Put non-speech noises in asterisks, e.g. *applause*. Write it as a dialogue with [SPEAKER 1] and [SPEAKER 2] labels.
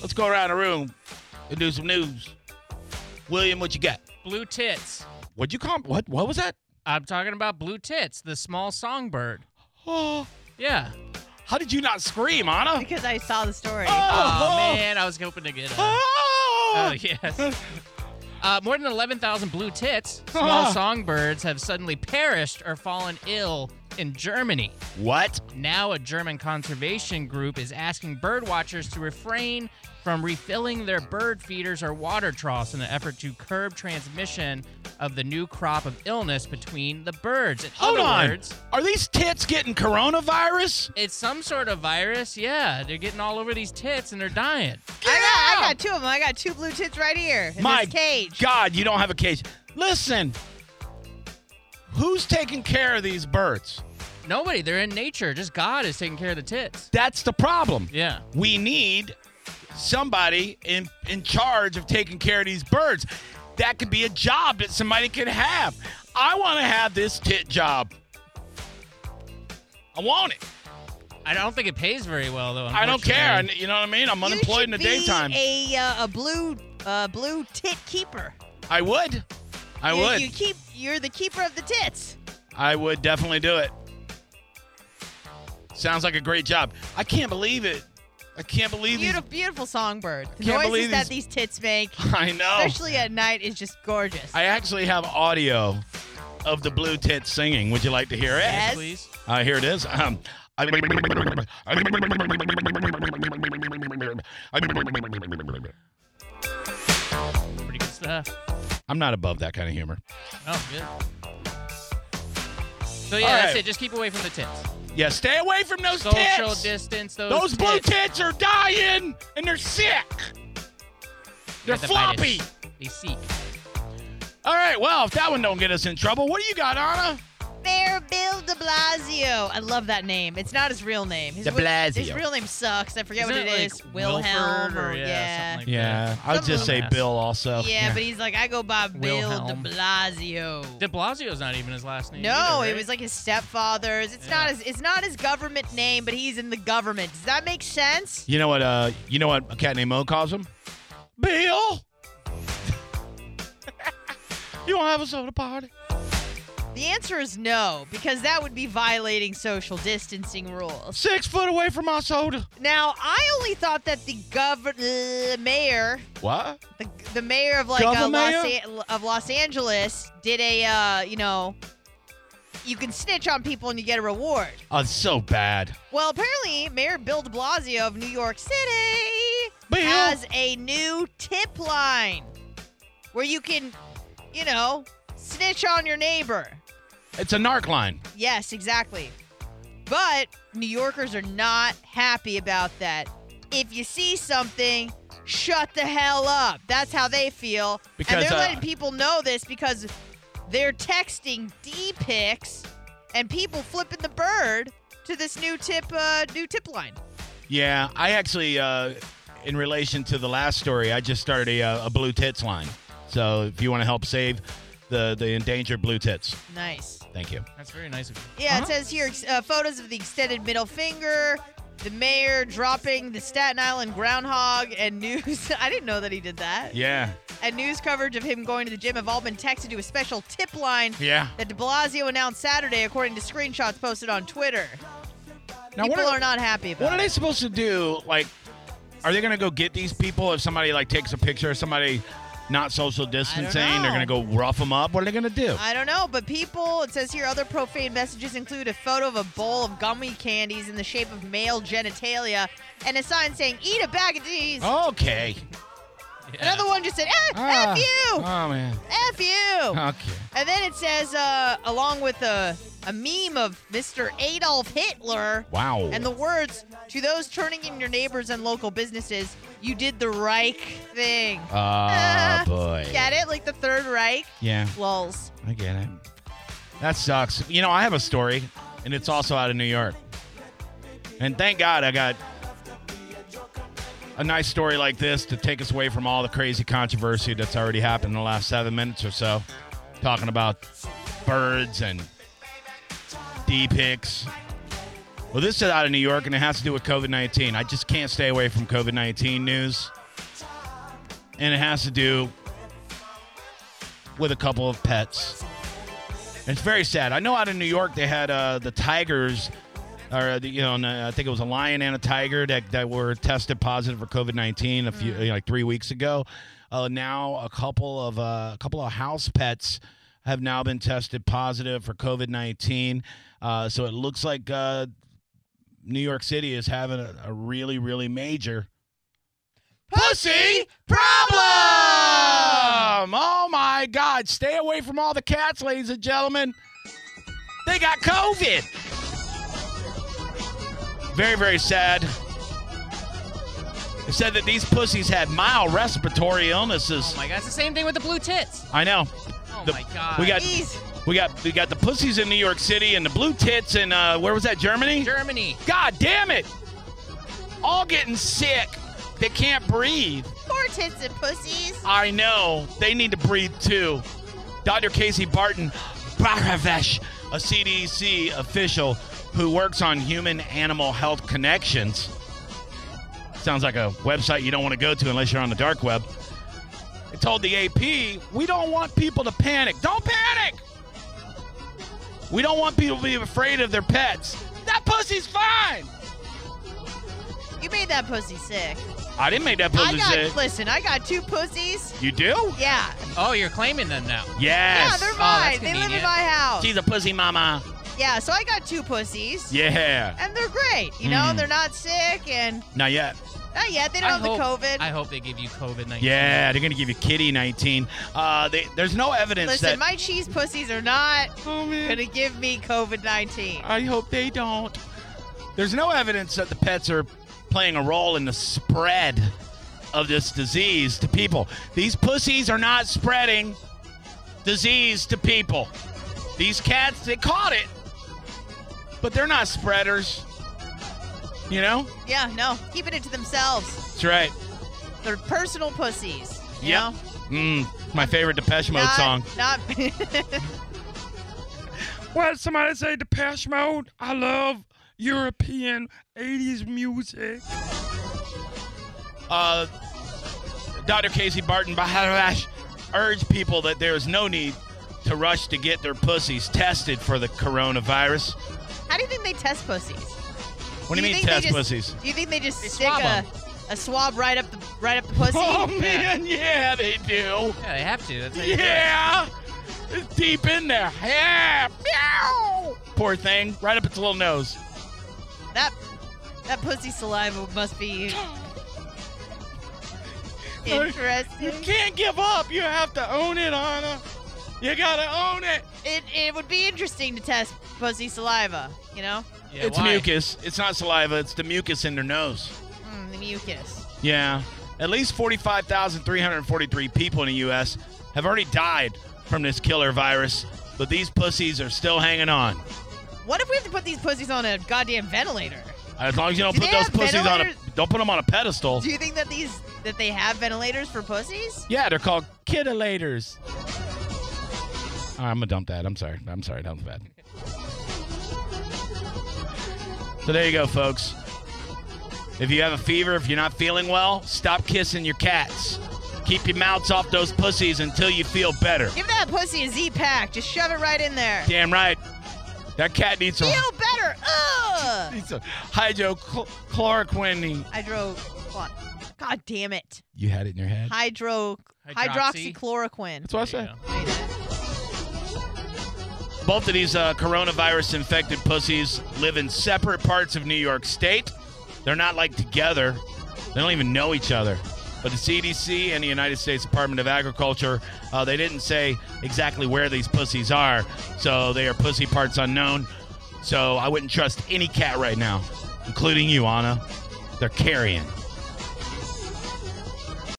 [SPEAKER 1] Let's go around the room and do some news. William, what you got?
[SPEAKER 2] Blue tits.
[SPEAKER 1] What'd you call? What? What was that?
[SPEAKER 2] I'm talking about blue tits, the small songbird.
[SPEAKER 1] Oh,
[SPEAKER 2] Yeah.
[SPEAKER 1] how did you not scream, Anna?
[SPEAKER 3] Because I saw the story.
[SPEAKER 2] Oh, man, I was hoping to get. A, *laughs* oh
[SPEAKER 1] Oh.
[SPEAKER 2] yes. Uh, more than 11,000 blue *laughs* tits, small
[SPEAKER 1] Ah.
[SPEAKER 2] songbirds, have suddenly perished or fallen ill in Germany.
[SPEAKER 1] What?
[SPEAKER 2] Now, a German conservation group is asking bird watchers to refrain from refilling their bird feeders or water troughs in an effort to curb transmission of the new crop of illness between the birds. In
[SPEAKER 1] Hold
[SPEAKER 2] other
[SPEAKER 1] on.
[SPEAKER 2] words,
[SPEAKER 1] Are these tits getting coronavirus?
[SPEAKER 2] it's some sort of virus. Yeah, they're getting all over these tits and they're dying.
[SPEAKER 3] I, got, I got two of them. I got two blue tits right here in
[SPEAKER 1] My
[SPEAKER 3] this cage.
[SPEAKER 1] God, you don't have a cage. Listen, who's taking care of these birds?
[SPEAKER 2] Nobody, they're in nature. Just God is taking care of the tits.
[SPEAKER 1] That's the problem.
[SPEAKER 2] Yeah.
[SPEAKER 1] We need somebody in in charge of taking care of these birds. That could be a job that somebody could have. I want to have this tit job. I want it.
[SPEAKER 2] I don't think it pays very well, though.
[SPEAKER 1] I don't care.
[SPEAKER 2] unfortunately.
[SPEAKER 1] I- you know what I mean? I'm unemployed in the
[SPEAKER 3] you should be
[SPEAKER 1] daytime.
[SPEAKER 3] A uh, a blue uh, blue tit keeper.
[SPEAKER 1] I would. I
[SPEAKER 3] you,
[SPEAKER 1] would.
[SPEAKER 3] You keep. You're the keeper of the tits.
[SPEAKER 1] I would definitely do it. Sounds like a great job. I can't believe it. I can't believe these.
[SPEAKER 3] Beautiful, beautiful songbird. The
[SPEAKER 1] Can't
[SPEAKER 3] noises
[SPEAKER 1] believe
[SPEAKER 3] that these tits make,
[SPEAKER 1] *laughs* I know.
[SPEAKER 3] especially at night, is just gorgeous.
[SPEAKER 1] I actually have audio of the blue tit singing. Would you like to hear it?
[SPEAKER 3] Yes.
[SPEAKER 2] Yes, please.
[SPEAKER 1] Uh, here it is. Um,
[SPEAKER 2] Pretty good stuff.
[SPEAKER 1] I'm not above that kind of humor.
[SPEAKER 2] Oh, good. So yeah,
[SPEAKER 1] All
[SPEAKER 2] that's
[SPEAKER 1] right.
[SPEAKER 2] it. Just keep away from the tits.
[SPEAKER 1] Yeah, stay away from those
[SPEAKER 2] Social
[SPEAKER 1] tits.
[SPEAKER 2] distance. Those,
[SPEAKER 1] those blue
[SPEAKER 2] tits.
[SPEAKER 1] tits are dying and they're sick. They're
[SPEAKER 2] Got the virus.
[SPEAKER 1] floppy.
[SPEAKER 2] They seek.
[SPEAKER 1] All right, well, if that one don't get us in trouble, what do you got, Anna?
[SPEAKER 3] Mayor Bill de Blasio. I love that name. It's not his real name. His,
[SPEAKER 1] De Blasio.
[SPEAKER 3] His real name sucks. I forget
[SPEAKER 2] Isn't
[SPEAKER 3] what
[SPEAKER 2] it, like,
[SPEAKER 3] is. Wilhelm
[SPEAKER 2] Wilford or, yeah,
[SPEAKER 3] yeah.
[SPEAKER 2] something
[SPEAKER 1] Yeah, I would
[SPEAKER 3] Some
[SPEAKER 1] just say
[SPEAKER 2] dumbass.
[SPEAKER 1] Bill also.
[SPEAKER 3] yeah, but he's like, I go by Bill
[SPEAKER 2] Wilhelm.
[SPEAKER 3] de Blasio.
[SPEAKER 2] De Blasio's not even his last name.
[SPEAKER 3] no,
[SPEAKER 2] either,
[SPEAKER 3] it
[SPEAKER 2] right?
[SPEAKER 3] was like his stepfather's. It's
[SPEAKER 2] Yeah.
[SPEAKER 3] not his. It's not his government name, but he's in the government. Does that make sense?
[SPEAKER 1] You know what? Uh, you know what? A cat named Mo calls him Bill. *laughs* you want to have a soda party?
[SPEAKER 3] The answer is no, because that would be violating social distancing rules.
[SPEAKER 1] Six foot away from my soda.
[SPEAKER 3] Now, I only thought that the governor, mayor,
[SPEAKER 1] What?
[SPEAKER 3] the, the mayor of like uh,
[SPEAKER 1] Governor
[SPEAKER 3] Los
[SPEAKER 1] Mayor?
[SPEAKER 3] An- of Los Angeles did a uh, you know you can snitch on people and you get a reward.
[SPEAKER 1] Oh, it's so bad.
[SPEAKER 3] Well, apparently Mayor Bill de Blasio of New York City
[SPEAKER 1] Bill.
[SPEAKER 3] has a new tip line where you can, you know, snitch on your neighbor.
[SPEAKER 1] It's a narc line.
[SPEAKER 3] Yes, exactly. But New Yorkers are not happy about that. If you see something, shut the hell up. That's how they feel.
[SPEAKER 1] Because,
[SPEAKER 3] and they're
[SPEAKER 1] uh,
[SPEAKER 3] letting people know this because they're texting D pics and people flipping the bird to this new tip uh, new tip line.
[SPEAKER 1] Yeah, I actually, uh, in relation to the last story, I just started a, uh, a blue tits line. So if you want to help save the the endangered blue tits,
[SPEAKER 3] Nice.
[SPEAKER 1] thank you.
[SPEAKER 2] That's very nice of you.
[SPEAKER 3] Yeah,
[SPEAKER 2] Uh-huh.
[SPEAKER 3] it says here ex- uh, photos of the extended middle finger, the mayor dropping the Staten Island groundhog, and news. *laughs* I didn't know that he did that.
[SPEAKER 1] Yeah.
[SPEAKER 3] and news coverage of him going to the gym have all been texted to a special tip line
[SPEAKER 1] Yeah.
[SPEAKER 3] that de Blasio announced Saturday, according to screenshots posted on Twitter.
[SPEAKER 1] Now,
[SPEAKER 3] People
[SPEAKER 1] what
[SPEAKER 3] are,
[SPEAKER 1] are,
[SPEAKER 3] not happy about
[SPEAKER 1] what are they
[SPEAKER 3] it.
[SPEAKER 1] supposed to do? Like, are they going to go get these people if somebody like takes a picture of somebody not social distancing? They're going to
[SPEAKER 3] know.
[SPEAKER 1] go rough them up. What are they going to do?
[SPEAKER 3] I don't know, but people, it says here, other profane messages include a photo of a bowl of gummy candies in the shape of male genitalia and a sign saying, eat a bag of these.
[SPEAKER 1] Oh. okay.
[SPEAKER 2] Yeah.
[SPEAKER 3] Another one just said, "Eh, F,
[SPEAKER 1] Ah.
[SPEAKER 3] F you,
[SPEAKER 1] Oh man. *laughs*
[SPEAKER 3] F you.
[SPEAKER 1] Okay.
[SPEAKER 3] And then it says, uh, along with a, a meme of Mr. Adolf Hitler.
[SPEAKER 1] Wow.
[SPEAKER 3] And the words to those turning in your neighbors and local businesses, you did the Reich thing. *laughs*
[SPEAKER 1] Ah, boy.
[SPEAKER 3] Get it? Like the Third Reich?
[SPEAKER 1] Yeah,
[SPEAKER 3] Lulz.
[SPEAKER 1] I get it. That sucks. You know, I have a story, and it's also out of New York. And thank God I got a nice story like this to take us away from all the crazy controversy that's already happened in the last seven minutes or so, talking about birds and D pics Well, this is out of New York, and it has to do with COVID 19. I just can't stay away from COVID 19 news. And it has to do with a couple of pets. And it's very sad. I know out in New York, they had uh, the tigers, or, the, you know, and, uh, I think it was a lion and a tiger that, that were tested positive for COVID 19 a few, like three weeks ago. Uh, now, a couple of uh, a couple of house pets have now been tested positive for COVID 19. Uh, so it looks like uh, New York City is having a, a really, really major pussy problem. Oh my God. Stay away from all the cats, ladies and gentlemen. They got COVID. Very, very sad. It said that these pussies had mild respiratory illnesses.
[SPEAKER 2] Oh my god, it's the same thing with the blue tits.
[SPEAKER 1] I know.
[SPEAKER 2] Oh
[SPEAKER 1] The-
[SPEAKER 2] my god.
[SPEAKER 1] we got-
[SPEAKER 3] Jeez.
[SPEAKER 1] We got we got the pussies in New York City and the blue tits in uh, where was that Germany?
[SPEAKER 2] Germany.
[SPEAKER 1] God damn it! All getting sick. They can't breathe.
[SPEAKER 3] Poor tits and pussies.
[SPEAKER 1] I know. They need to breathe too. Dr. Casey Barton Baravesh, a CDC official who works on human animal health connections. Sounds like a website you don't want to go to unless you're on the dark web. It told the AP, we don't want people to panic. Don't panic! We don't want people to be afraid of their pets. That pussy's fine!
[SPEAKER 3] You made that pussy sick.
[SPEAKER 1] I didn't make that
[SPEAKER 3] I
[SPEAKER 1] pussy
[SPEAKER 3] got
[SPEAKER 1] sick.
[SPEAKER 3] listen. I got two pussies.
[SPEAKER 1] You do?
[SPEAKER 3] Yeah.
[SPEAKER 2] Oh, you're claiming them now.
[SPEAKER 3] Yeah,
[SPEAKER 1] Yes.
[SPEAKER 3] they're mine.
[SPEAKER 2] that's
[SPEAKER 3] they live in
[SPEAKER 2] convenient.
[SPEAKER 3] my house.
[SPEAKER 1] Oh, She's a pussy mama.
[SPEAKER 3] Yeah, so I got two pussies.
[SPEAKER 1] Yeah.
[SPEAKER 3] And they're great. You know,
[SPEAKER 1] Mm.
[SPEAKER 3] they're not sick and
[SPEAKER 1] Not yet.
[SPEAKER 3] not yet. Oh, They don't
[SPEAKER 2] I
[SPEAKER 3] have
[SPEAKER 2] hope,
[SPEAKER 3] the COVID.
[SPEAKER 2] I hope they give you COVID 19.
[SPEAKER 1] Yeah, they're gonna give you kitty nineteen. Uh, they, there's no evidence
[SPEAKER 3] listen,
[SPEAKER 1] that.
[SPEAKER 3] my cheese pussies are not
[SPEAKER 1] oh man,
[SPEAKER 3] gonna give me COVID nineteen.
[SPEAKER 1] I hope they don't. There's no evidence that the pets are playing a role in the spread of this disease to people. These pussies are not spreading disease to people. These cats, they caught it, but they're not spreaders. You know?
[SPEAKER 3] Yeah, no, keeping it to themselves.
[SPEAKER 1] That's right.
[SPEAKER 3] They're personal pussies. You
[SPEAKER 1] Yep.
[SPEAKER 3] know?
[SPEAKER 1] Mm, my favorite Depeche Mode
[SPEAKER 3] not,
[SPEAKER 1] song.
[SPEAKER 3] Not *laughs*
[SPEAKER 1] What somebody say Depeche Mode? I love European 80s music. Uh, Dr. Casey Barton Baharash urged people that there is no need to rush to get their pussies tested for the coronavirus.
[SPEAKER 3] How do you think they test pussies?
[SPEAKER 1] What do you, mean
[SPEAKER 3] think they
[SPEAKER 1] test
[SPEAKER 3] just-
[SPEAKER 1] pussies?
[SPEAKER 3] Do you think they just
[SPEAKER 2] They
[SPEAKER 3] stick
[SPEAKER 2] swab
[SPEAKER 3] a,
[SPEAKER 2] 'em.
[SPEAKER 3] a swab right up the right up the pussy?
[SPEAKER 1] *laughs* Oh man, yeah, they do.
[SPEAKER 2] Yeah, they have to. That's how you do it.
[SPEAKER 1] Yeah, it's deep in there. Yeah, meow. Poor thing, right up its little nose.
[SPEAKER 3] That that pussy saliva must
[SPEAKER 1] *laughs*
[SPEAKER 3] be
[SPEAKER 1] You
[SPEAKER 3] interesting.
[SPEAKER 1] can't give up. You have to own it, Anna. You gotta own it.
[SPEAKER 3] It, it would be interesting to test pussy saliva, you know?
[SPEAKER 2] Yeah,
[SPEAKER 1] it's
[SPEAKER 2] why?
[SPEAKER 1] mucus. It's not saliva. It's the mucus in their nose.
[SPEAKER 3] Mm, the mucus.
[SPEAKER 1] Yeah. At least 45,343 people in the U.S. have already died from this killer virus, but these pussies are still hanging on.
[SPEAKER 3] What if we have to put these pussies on a goddamn ventilator?
[SPEAKER 1] As long as you don't
[SPEAKER 3] Do
[SPEAKER 1] put
[SPEAKER 3] they
[SPEAKER 1] those
[SPEAKER 3] have
[SPEAKER 1] pussies on a
[SPEAKER 3] ventilators?
[SPEAKER 1] don't put them on a pedestal.
[SPEAKER 3] Do you think that these that they have ventilators for pussies?
[SPEAKER 1] yeah, they're called kittilators. All right, I'm gonna dump that. I'm sorry. I'm sorry. That was bad. So there you go, folks. If you have a fever, if you're not feeling well, stop kissing your cats. Keep your mouths off those pussies until you feel better.
[SPEAKER 3] Give that pussy a Z pack. Just shove it right in there.
[SPEAKER 1] Damn right. That cat needs some,
[SPEAKER 3] Feel better. Ugh.
[SPEAKER 1] needs some *laughs* hydrochloroquine.
[SPEAKER 3] Hydro. What? God damn it.
[SPEAKER 1] You had it in your head?
[SPEAKER 3] Hydro.
[SPEAKER 2] Hydroxy?
[SPEAKER 3] Hydroxychloroquine.
[SPEAKER 1] That's what I
[SPEAKER 2] There you
[SPEAKER 1] said.
[SPEAKER 2] go.
[SPEAKER 3] Wait a minute.
[SPEAKER 1] Both of these uh, coronavirus infected pussies live in separate parts of New York State. They're not like together, they don't even know each other. But the CDC and the United States Department of Agriculture, uh, they didn't say exactly where these pussies are. So they are pussy parts unknown. So I wouldn't trust any cat right now, including you, Anna. They're carrying.